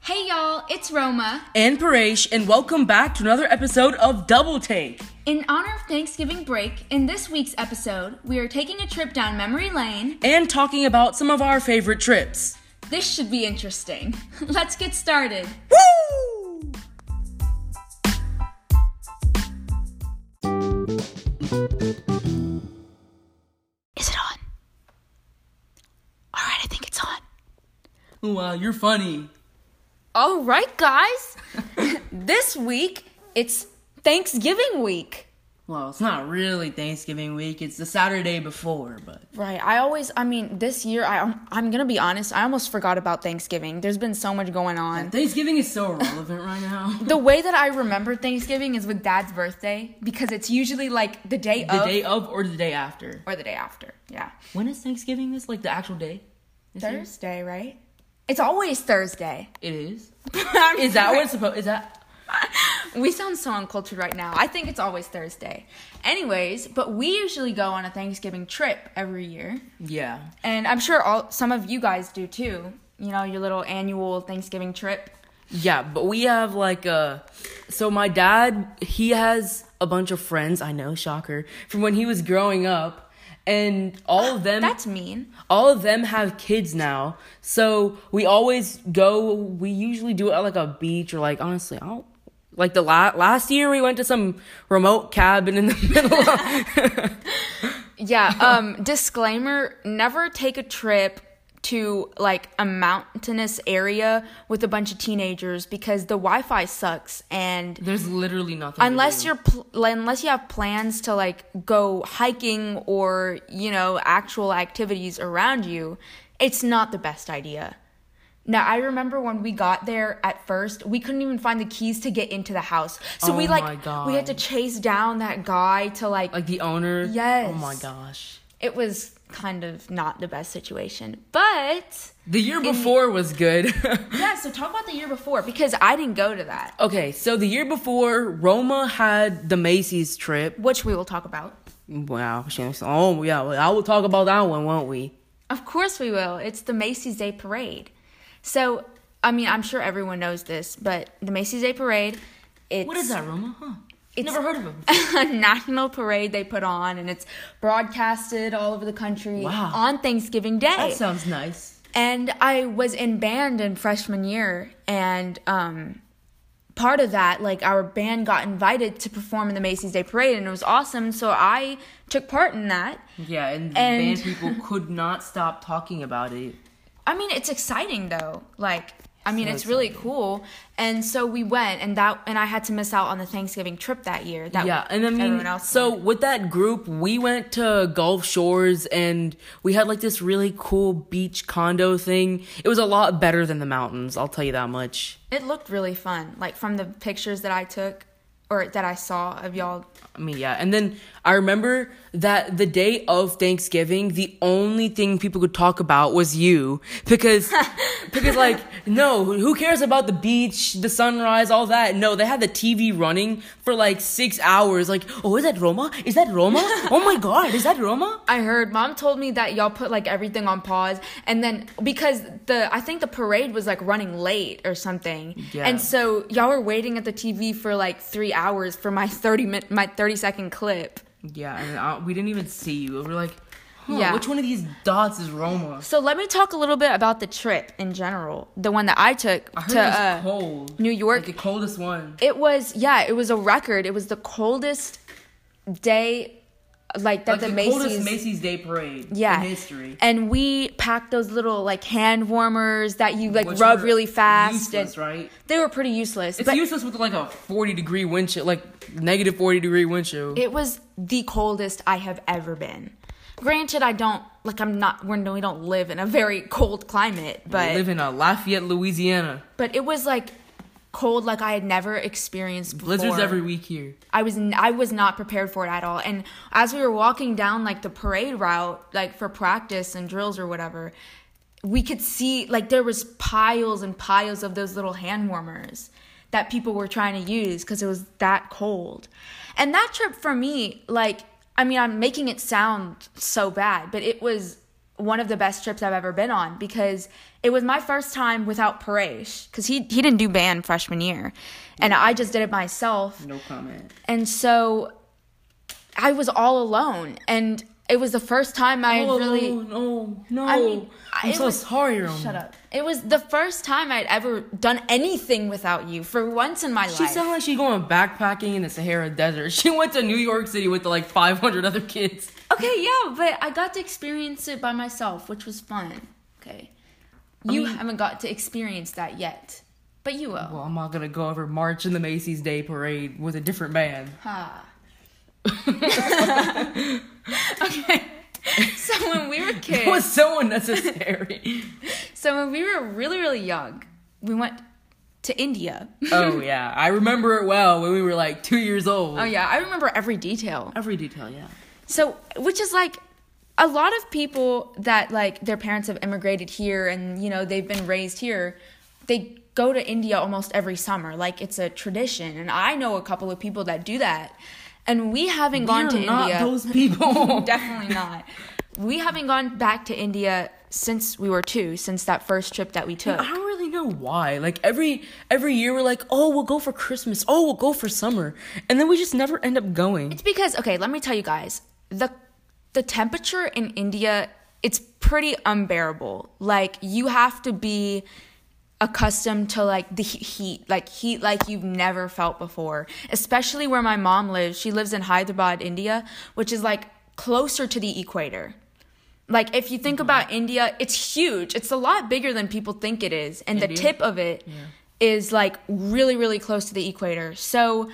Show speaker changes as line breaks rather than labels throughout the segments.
Hey y'all, it's Roma.
and Paresh, and welcome back to another episode of Double Take.
In honor of Thanksgiving break, in this week's episode, we are taking a trip down memory lane.
and talking about some of our favorite trips.
This should be interesting. Let's get started.
Woo!
Is it on? All right, I think it's on.
Wow, you're funny.
All right, guys. this week, it's Thanksgiving week.
Well, it's not really Thanksgiving week, it's the Saturday before, but
Right. I always, I mean, this year, I, I'm going to be honest, I almost forgot about Thanksgiving. There's been so much going on.
Thanksgiving is so relevant right now.
The way that I remember Thanksgiving is with dad's birthday because it's usually like the day
The
of
day of or the day after.
or the day after. Yeah.
When is Thanksgiving this? Like the actual day? This year?
Thursday, right? It's always Thursday.
It is.
I'm
Is that
sorry.
what it's supposed is that
we sound so uncultured right now. I think it's always Thursday. Anyways, but we usually go on a Thanksgiving trip every year,
Yeah.
and I'm sure all some of you guys do too. You know, your little annual Thanksgiving trip.
Yeah, but we have like a. So my dad, he has a bunch of friends. I know, shocker, from when he was growing up, and all of them.
That's mean.
all of them have kids now. So we always go. We usually do it at like a beach or like honestly, I don't. Like the la- last year, we went to some remote cabin in the middle. of...
Yeah, um disclaimer, never take a trip to like a mountainous area with a bunch of teenagers because the Wi-Fi sucks and
There's literally nothing. to
unless
do.
you're pl- unless you have plans to like go hiking or you know actual activities around you it's not the best idea now i remember when we got there at first we couldn't even find the keys to get into the house so we
Oh
like
my God.
we had to chase down that guy to like,
like the owner.
Yes.
Oh my gosh.
it was kind of not the best situation but
The year before was good.
yeah so talk about the year before because i didn't go to that
okay, so the year before, Roma had the Macy's trip.
which we will talk about
Wow. Shanks. Oh, yeah. well, I will talk about that one, won't we?
Of course we will. It's the Macy's Day Parade. So, I mean, I'm sure everyone knows this, but the Macy's Day Parade, it's
that, Roma? Huh?
It's-
Never heard of him.
a national parade they put on and it's broadcasted all over the country
Wow.
on Thanksgiving Day.
That sounds nice.
and I was in band in freshman year and um part of that like our band got invited to perform in the Macy's Day Parade and it was awesome, so I took part in that.
Yeah, and the
And-
band people could not stop talking about it.
I mean, it's exciting though. Like, I mean,
so
it's really cool. And so we went, and that, and I had to miss out on the Thanksgiving trip that year. That
Yeah, and I mean,
everyone else.
so
went.
with that group, we went to Gulf Shores and we had like this really cool beach condo thing. It was a lot better than the mountains, I'll tell you that much.
it looked really fun. Like from the pictures that I took, or that I saw of y'all.
I mean, yeah. And then I remember that the day of Thanksgiving, the only thing people could talk about was you because, because like, no, who cares about the beach, the sunrise, all that? No, they had the TV running for like six hours. Like, oh, is that Roma? Is that Roma? Oh my God, is that Roma?
I heard mom told me that y'all put like everything on pause, and then because the I think the parade was like running late or something,
Yeah.
and so y'all were waiting at the TV for like three hours for my thirty minute my thirty second clip.
Yeah, and I, we didn't even see you. We were like, huh,
Yeah.
which one of these dots is Roma?
So let me talk a little bit about the trip in general, the one that I took
I heard
to
it was
uh,
cold.
New York.
Like the coldest one.
It was yeah, it was a record. It was the coldest day, like that
Like the,
the,
coldest
Macy's.
Macy's Day Parade
yeah,
in history.
And we packed those little like hand warmers that you like
Which
rub
were
really fast,
useless,
and
right?
they were pretty useless.
It's
but
useless with like a 40 degree wind chill, like negative 40 degree wind chill.
it was the coldest I have ever been. Granted, I don't like I'm not we're, we don't live in a very cold climate, but
I live in uh, Lafayette, Louisiana.
but it was like cold like I had never experienced before.
Blizzards every week here.
I was n- I was not prepared for it at all. And as we were walking down like the parade route, like for practice and drills or whatever, we could see like there was piles and piles of those little hand warmers that people were trying to use because it was that cold. And that trip for me, like I mean, I'm making it sound so bad, but it was one of the best trips I've ever been on because it was my first time without Paresh because he he didn't do band freshman year, and I just did it myself.
No comment.
And so I was all alone, and it was the first time I had really.
Oh, no, no.
I mean,
I'm
it
so
was-
sorry, Roman.
Shut up. It was the first time I'd ever done anything without you for once in my
She
life.
sounded like she going backpacking in the Sahara Desert. She went to New York City with like 500 other kids.
okay, yeah, but I got to experience it by myself, which was fun. Okay. You haven't got to experience that yet, but you will.
Well, I'm not gonna go over march in the Macy's Day Parade with a different band.
Ha. okay. So when we were kids,
It was so unnecessary.
so when we were really really young, we went to India.
oh yeah, I remember it well when we were like two years old.
Oh yeah, I remember every detail.
Every detail, yeah.
So, which is like a lot of people that like their parents have immigrated here and you know they've been raised here, they go to India almost every summer. Like it's a tradition, and I know a couple of people that do that. And we haven't gone to
We're not
India.
those people.
Definitely not. We haven't gone back to India since we were two, since that first trip that we took.
I don't really know why. Like every every year we're like, oh, we'll go for Christmas. Oh, we'll go for summer, and then we just never end up going.
It's because okay, let me tell you guys the the temperature in India it's pretty unbearable. Like you have to be accustomed to like the he- heat, like heat like you've never felt before. Especially where my mom lives. She lives in Hyderabad, India, which is like closer to the equator. Like if you think
Mm-hmm.
about India, it's huge. It's a lot bigger than people think it is, and the tip of it is like really really close to the equator. So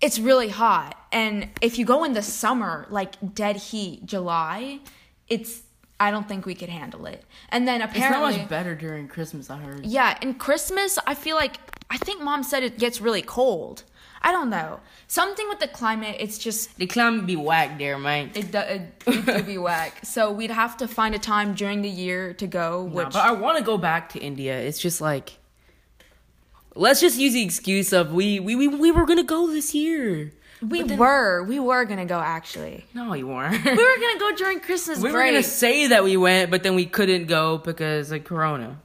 it's really hot. And if you go in the summer, like dead heat, July, it's I don't think we could handle it. And then
It's not
apparently
much better during Christmas. I heard.
yeah, and Christmas, I feel like I think mom said it gets really cold. I don't know. Something with the climate, it's just
The climate be whack there, man.
it do, it, it do be whack. So we'd have to find a time during the year to go,
Nah,
which
but I want to go back to India. It's just like, let's just use the excuse of we we we, we were gonna go this year.
we were we were gonna go actually.
No, you weren't.
We were gonna go during Christmas
we were
break.
gonna say that we went, but then we couldn't go because of Corona.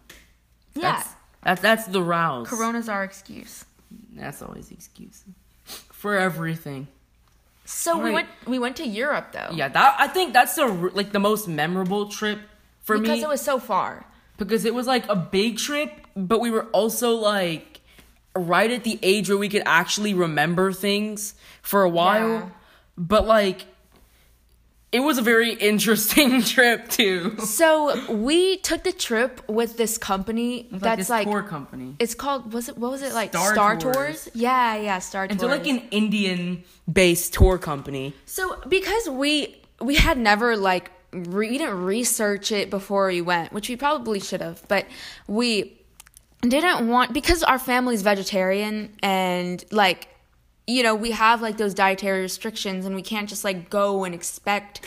yeah,
That's that's the rouse.
Corona's our excuse.
That's always the excuse for everything.
So we
Right.
went we went to Europe though.
Yeah, that I think that's the r- like the most memorable trip for
because
me
it was so far.
because it was like a big trip, but we were also like right at the age where we could actually remember things for a while.
Yeah.
But like it was a very interesting trip too.
So we took the trip with this company that's
this
like
tour company.
It's called was it what was it like
Star
Star,
Tours.
Tours? Yeah, yeah, Star Tours.
They're like an Indian based tour company.
so because we we had never like re- we didn't research it before we went, which we probably should have, but we didn't want because our family's vegetarian and like you know we have like those dietary restrictions and we can't just like go and expect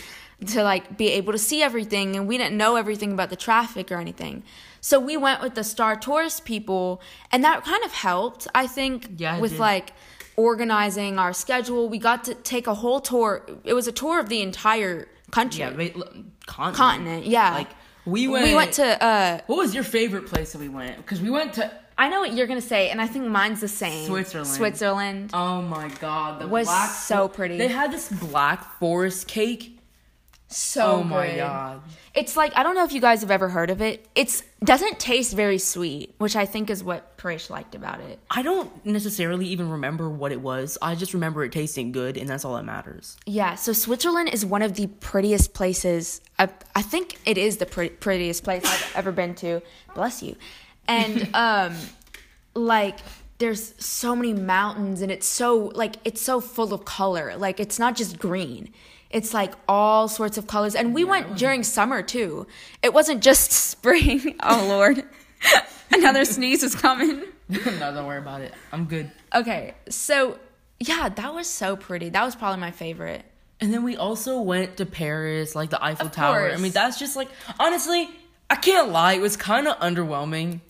to like be able to see everything and we didn't know everything about the traffic or anything so we went with the star tourist people and that kind of helped i think
Yeah, it
with
did.
like organizing our schedule we got to take a whole tour it was a tour of the entire country
Yeah, they, l- continent.
continent yeah
Like we went.
we went to uh
What was your favorite place that we went? Because we went to.
I know what you're gonna say, and I think mine's the same.
Switzerland.
Switzerland.
Oh my god, the
Was
black
so
fo-
pretty.
They had this black forest cake.
so
oh my
good.
god.
It's like I don't know if you guys have ever heard of it. It's doesn't taste very sweet, which I think is what Paresh liked about it.
I don't necessarily even remember what it was. I just remember it tasting good, and that's all that matters.
Yeah, so Switzerland is one of the prettiest places. I, I think it is the pre- prettiest place I've ever been to. Bless you. And um like there's so many mountains and it's so like it's so full of color. Like it's not just green. It's like all sorts of colors. And we went during summer too. It wasn't just spring. Oh lord. Another sneeze is coming.
no, don't worry about it. I'm good.
Okay. So, yeah, that was so pretty. That was probably my favorite.
And then we also went to Paris, like the Eiffel Tower. I
course.
mean, that's just like honestly, I can't lie. It was kind of underwhelming.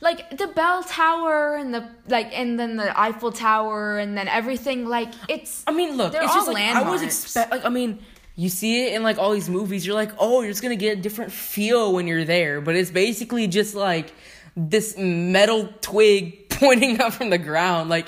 like the bell tower and the like and then the eiffel tower and then everything like it's
I mean, look,
They're
it's
all
just like I was
landmarks.
expect. Like, I mean, you see it in like all these movies you're like oh you're just gonna get a different feel when you're there but it's basically just like this metal twig pointing up from the ground like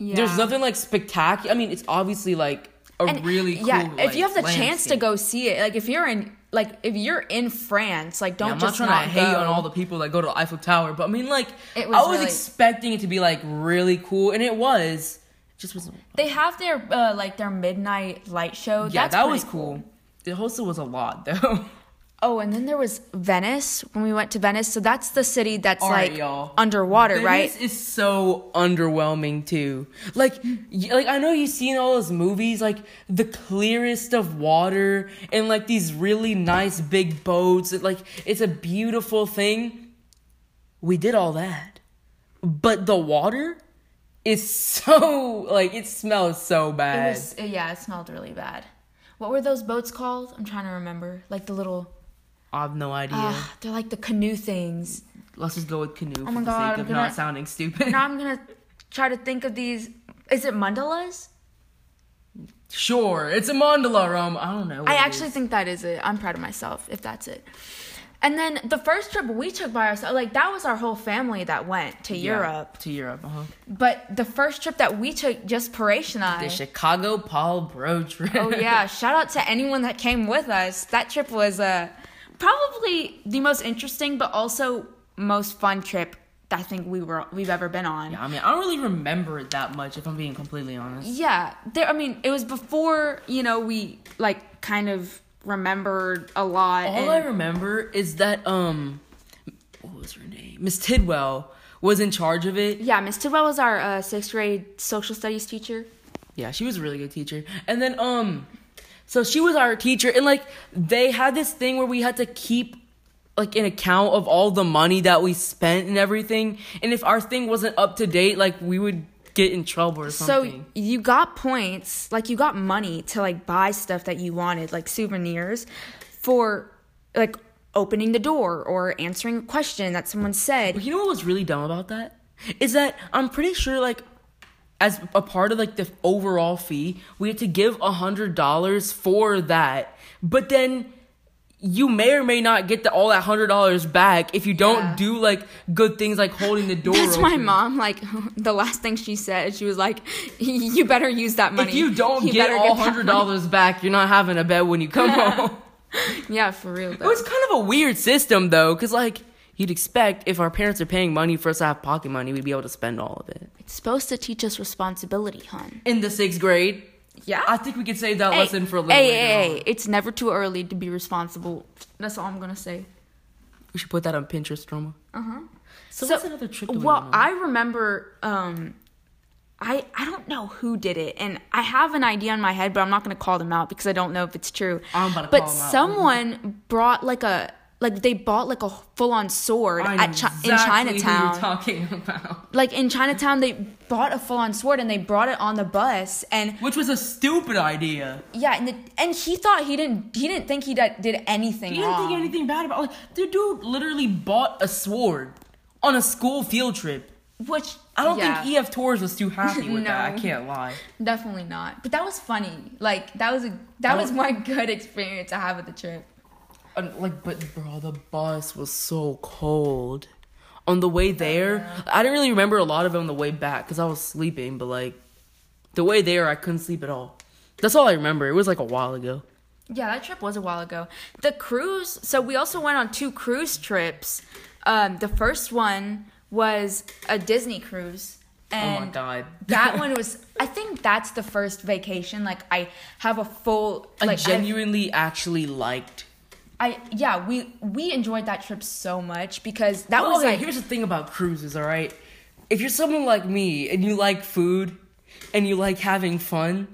there's
Yeah.
nothing like spectacular i mean it's obviously like a
And,
really cool
yeah
like,
if you have the chance to
landscape.
go see it like if you're in like if you're in france like don't
Yeah, I'm
just
not trying to hate
go.
on all the people that go to Eiffel Tower, but I mean, like,
It
I
was
was
really-
expecting it to be like really cool, and it was. It just was.
they have their uh, like their midnight light show
Yeah,
That's
that
pretty
was cool. It also was a lot though.
oh and then there was venice when we went to venice so that's the city that's
All right,
like
y'all.
underwater
Venice
right
is so underwhelming too. Like, y- like I know you've seen all those movies, like the clearest of water and like these really nice big boats. It, like it's a beautiful thing. We did all that, but the water is so like it smells so
it
bad.
was, yeah it smelled really bad what were those boats called i'm trying to remember like the little
I've no idea.
ah, they're like the canoe things
Let's just go with canoe for
my
the
God,
sake
I'm
of not
gonna-
sounding stupid.
now i'm gonna try to think of these is it mandalas
sure, it's a mandala, Rome. I don't know. what
I
it
actually think that is it. I'm proud of myself if that's it. And then the first trip we took by ourselves, like that was our whole family that went to
Yeah,
Europe.
to Europe. Uh-huh.
But the first trip that we took, just Paresh and
The
I.
Chicago Paul Bro trip.
Oh yeah! Shout out to anyone that came with us. That trip was uh, probably the most interesting, but also most fun trip that I think we were we've ever been on.
I mean, I don't really remember it that much, if I'm being completely honest.
Yeah, there. I mean, it was before you know we like kind of remembered a lot.
All
and-
I remember is that um, what was her name? Miss Tidwell was in charge of it.
Yeah, Miss Tidwell was our uh, sixth grade social studies teacher.
Yeah, she was a really good teacher. And then um, so she was our teacher, and like they had this thing where we had to keep like an account of all the money that we spent and everything. And if our thing wasn't up to date, like we would get in trouble or something.
So you got points, like you got money to like buy stuff that you wanted, like souvenirs, for like opening the door or answering a question that someone said.
You know what was really dumb about that? Is that I'm pretty sure like as a part of like the overall fee, we had to give a hundred dollars for that. But then you may or may not get the, all that hundred dollars back if you don't
Yeah.
do like good things like holding the door.
That's my
open.
mom. Like the last thing she said, she was like, "You better use that money.
If you don't get
better
all
that
hundred
money."
dollars back, you're not having a bed when you come home.
Yeah, for real. Though.
It was kind of a weird system though, because like you'd expect if our parents are paying money for us to have pocket money, we'd be able to spend all of it.
it's supposed to teach us responsibility, hon.
in the sixth grade.
Yeah.
I think we could save that
Hey,
lesson for a little
hey,
later.
hey,
on.
hey, it's never too early to be responsible. That's all I'm gonna say.
We should put that on Pinterest, Roma. Uh huh. So, what's another trip? That
Uh-huh. well,
we went on?
I remember. Um, I I don't know who did it, and I have an idea in my head, but I'm not going to call them out because I don't know if it's true.
I'm about to
but
call 'em out.
someone brought like a like they bought like a full on sword
I know
at chi- in
exactly who
Chinatown.
You're talking about
like in Chinatown, they bought a full on sword and they brought it on the bus, and
which was a stupid idea.
yeah, and the, and he thought he didn't he didn't think he did, did anything
You didn't
wrong.
think anything bad about. Like the dude literally bought a sword on a school field trip.
Which
I don't
yeah.
think EF Torres was too happy with that. I
No.
can't lie.
Definitely not. But that was funny. Like that was a that was my good experience I have with the trip.
And, like, but bro, the bus was so cold. On the way there, I didn't really remember a lot of it on the way back because I was sleeping. But like, the way there, I couldn't sleep at all. That's all I remember. It was like a while ago.
Yeah, that trip was a while ago. The cruise. So we also went on two cruise trips. Um, the first one was a Disney cruise. And
God.
that one was. I think that's the first vacation. Like I have a full.
I
Like I've-
genuinely actually liked.
I yeah. We we enjoyed that trip so much because that
Oh,
was
okay,
like
here's the thing about cruises. All right, if you're someone like me and you like food, and you like having fun,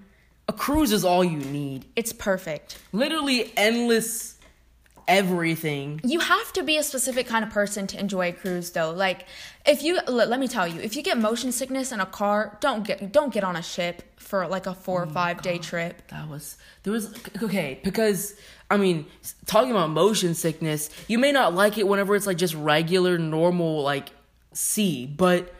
a cruise is all you need.
it's perfect.
Literally endless everything.
you have to be a specific kind of person to enjoy a cruise though like if you l- let me tell you if you get motion sickness in a car don't get don't get on a ship for like a four or five day trip
That was there was okay because I mean s- talking about motion sickness, you may not like it whenever it's like just regular normal like sea, but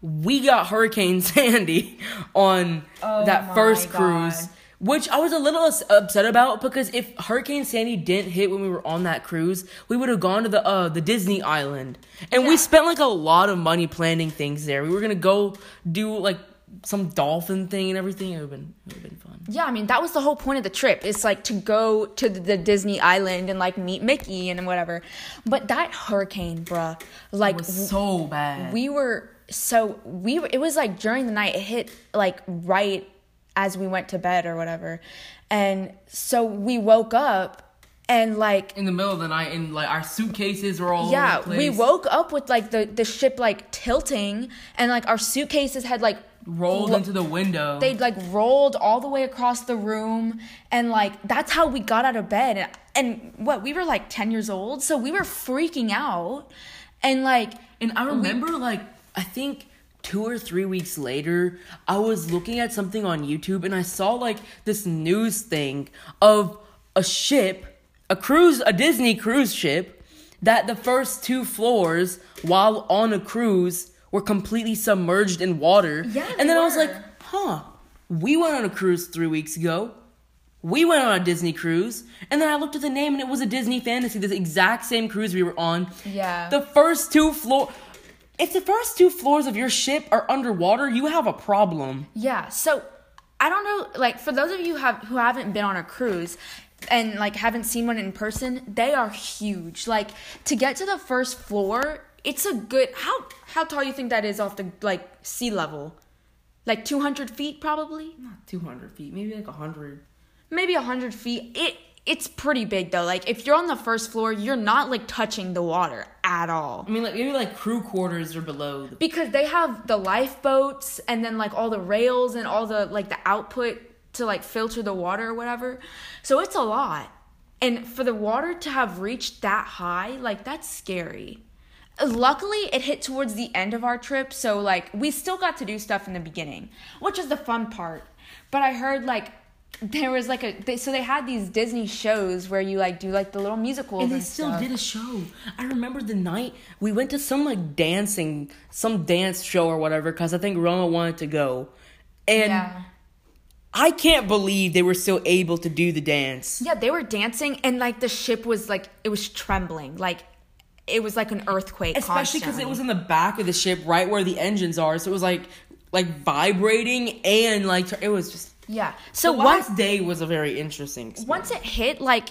we got Hurricane Sandy on that
Oh my
first
God.
cruise, which I was a little us- upset about because if Hurricane Sandy didn't hit when we were on that cruise, we would have gone to the uh, the Disney Island, and we
Yeah.
spent like a lot of money planning things there. We were gonna go do like some dolphin thing and everything. It would have been it would have been fun.
Yeah, I mean that was the whole point of the trip. It's like to go to the- the Disney Island and like meet Mickey and whatever. But that hurricane, bruh, like
so bad.
we were so we were, it was like during the night it hit like right as we went to bed or whatever and so we woke up and like
in the middle of the night, and like our suitcases were all
yeah
over the
we
place.
woke up with like the the ship like tilting and like our suitcases had like
rolled
lo-
into the window.
they'd like rolled all the way across the room and like that's how we got out of bed and, and what we were like 10 years old so we were freaking out and like
And I remember, like, I think two or three weeks later, I was looking at something on YouTube and I saw, like, this news thing of a ship, a cruise, a Disney cruise ship, that the first two floors while on a cruise were completely submerged in water.
Yeah, they
And then I was
were.
like, huh, we went on a cruise three weeks ago. We went on a Disney cruise, and then I looked at the name, and it was a Disney fantasy. This exact same cruise we were on.
Yeah.
The first two floor. If the first two floors of your ship are underwater, you have a problem.
Yeah. So I don't know. Like for those of you have who haven't been on a cruise and like haven't seen one in person, they are huge. Like to get to the first floor, it's a good how how tall you think that is off the like sea level, like two hundred feet probably,
Two hundred feet, maybe like hundred.
maybe hundred feet. It it's pretty big though. Like if you're on the first floor, you're not like touching the water at all.
I mean, like maybe like crew quarters or below. The-
because they have the lifeboats and then like all the rails and all the like the output to like filter the water or whatever so it's a lot and for the water to have reached that high like that's scary luckily it hit towards the end of our trip so like we still got to do stuff in the beginning which is the fun part but i heard like there was like a they, so they had these disney shows where you like do like the little musicals
and
and,
they still
stuff.
did a show. I remember the night we went to some like dancing, some dance show or whatever, because I think Roma wanted to go, and
yeah
I can't believe they were still able to do the dance.
Yeah, they were dancing, and like the ship was like it was trembling, like it was like an earthquake.
especially because it
constantly.
was in the back of the ship right where the engines are so it was like like vibrating and like tur- it was just
yeah.
the
So once
last day was a very interesting experience.
once it hit, like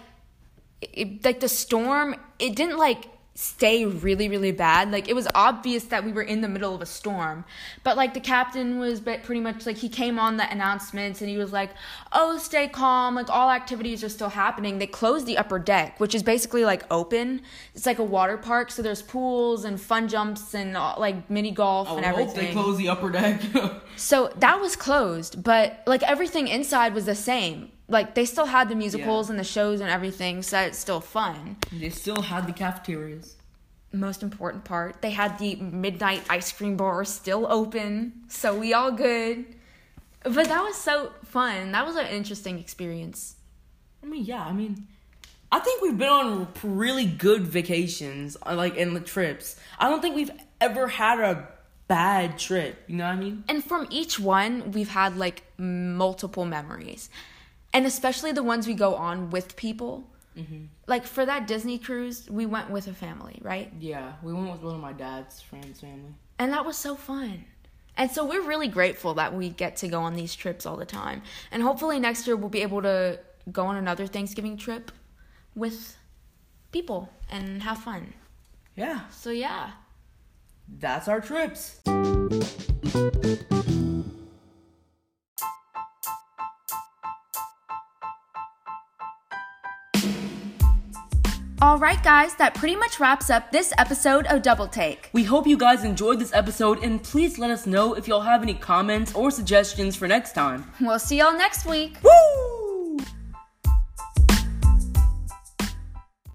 it, like the storm, it didn't like stay really really bad. Like it was obvious that we were in the middle of a storm, but like the captain was but pretty much like he came on the announcements and he was like, "Oh, stay calm. Like all activities are still happening. They closed the upper deck, which is basically like open. It's like a water park, so there's pools and fun jumps and all, like mini golf
Oh,
and everything.
the upper deck
So that was closed, but like everything inside was the same. Like they still had the musicals
Yeah.
and the shows and everything, so it's still fun.
they still had the cafeterias
Most important part, they had the midnight ice cream bar still open, so we all good. But that was so fun. That was an interesting experience.
i mean yeah i mean i think we've been on really good vacations uh, like and trips i don't think we've ever had a bad trip you know what i mean
And from each one, we've had like multiple memories. And especially the ones we go on with people. Like for that Disney cruise, we went with a family, right?
yeah we went with one of my dad's friends family
And that was so fun. And so we're really grateful that we get to go on these trips all the time. And hopefully next year we'll be able to go on another Thanksgiving trip with people and have fun.
yeah
So yeah.
that's our trips
All right, guys, that pretty much wraps up this episode of Double Take.
We hope you guys enjoyed this episode and please let us know if y'all have any comments or suggestions for next time.
We'll see y'all next week.
Woo!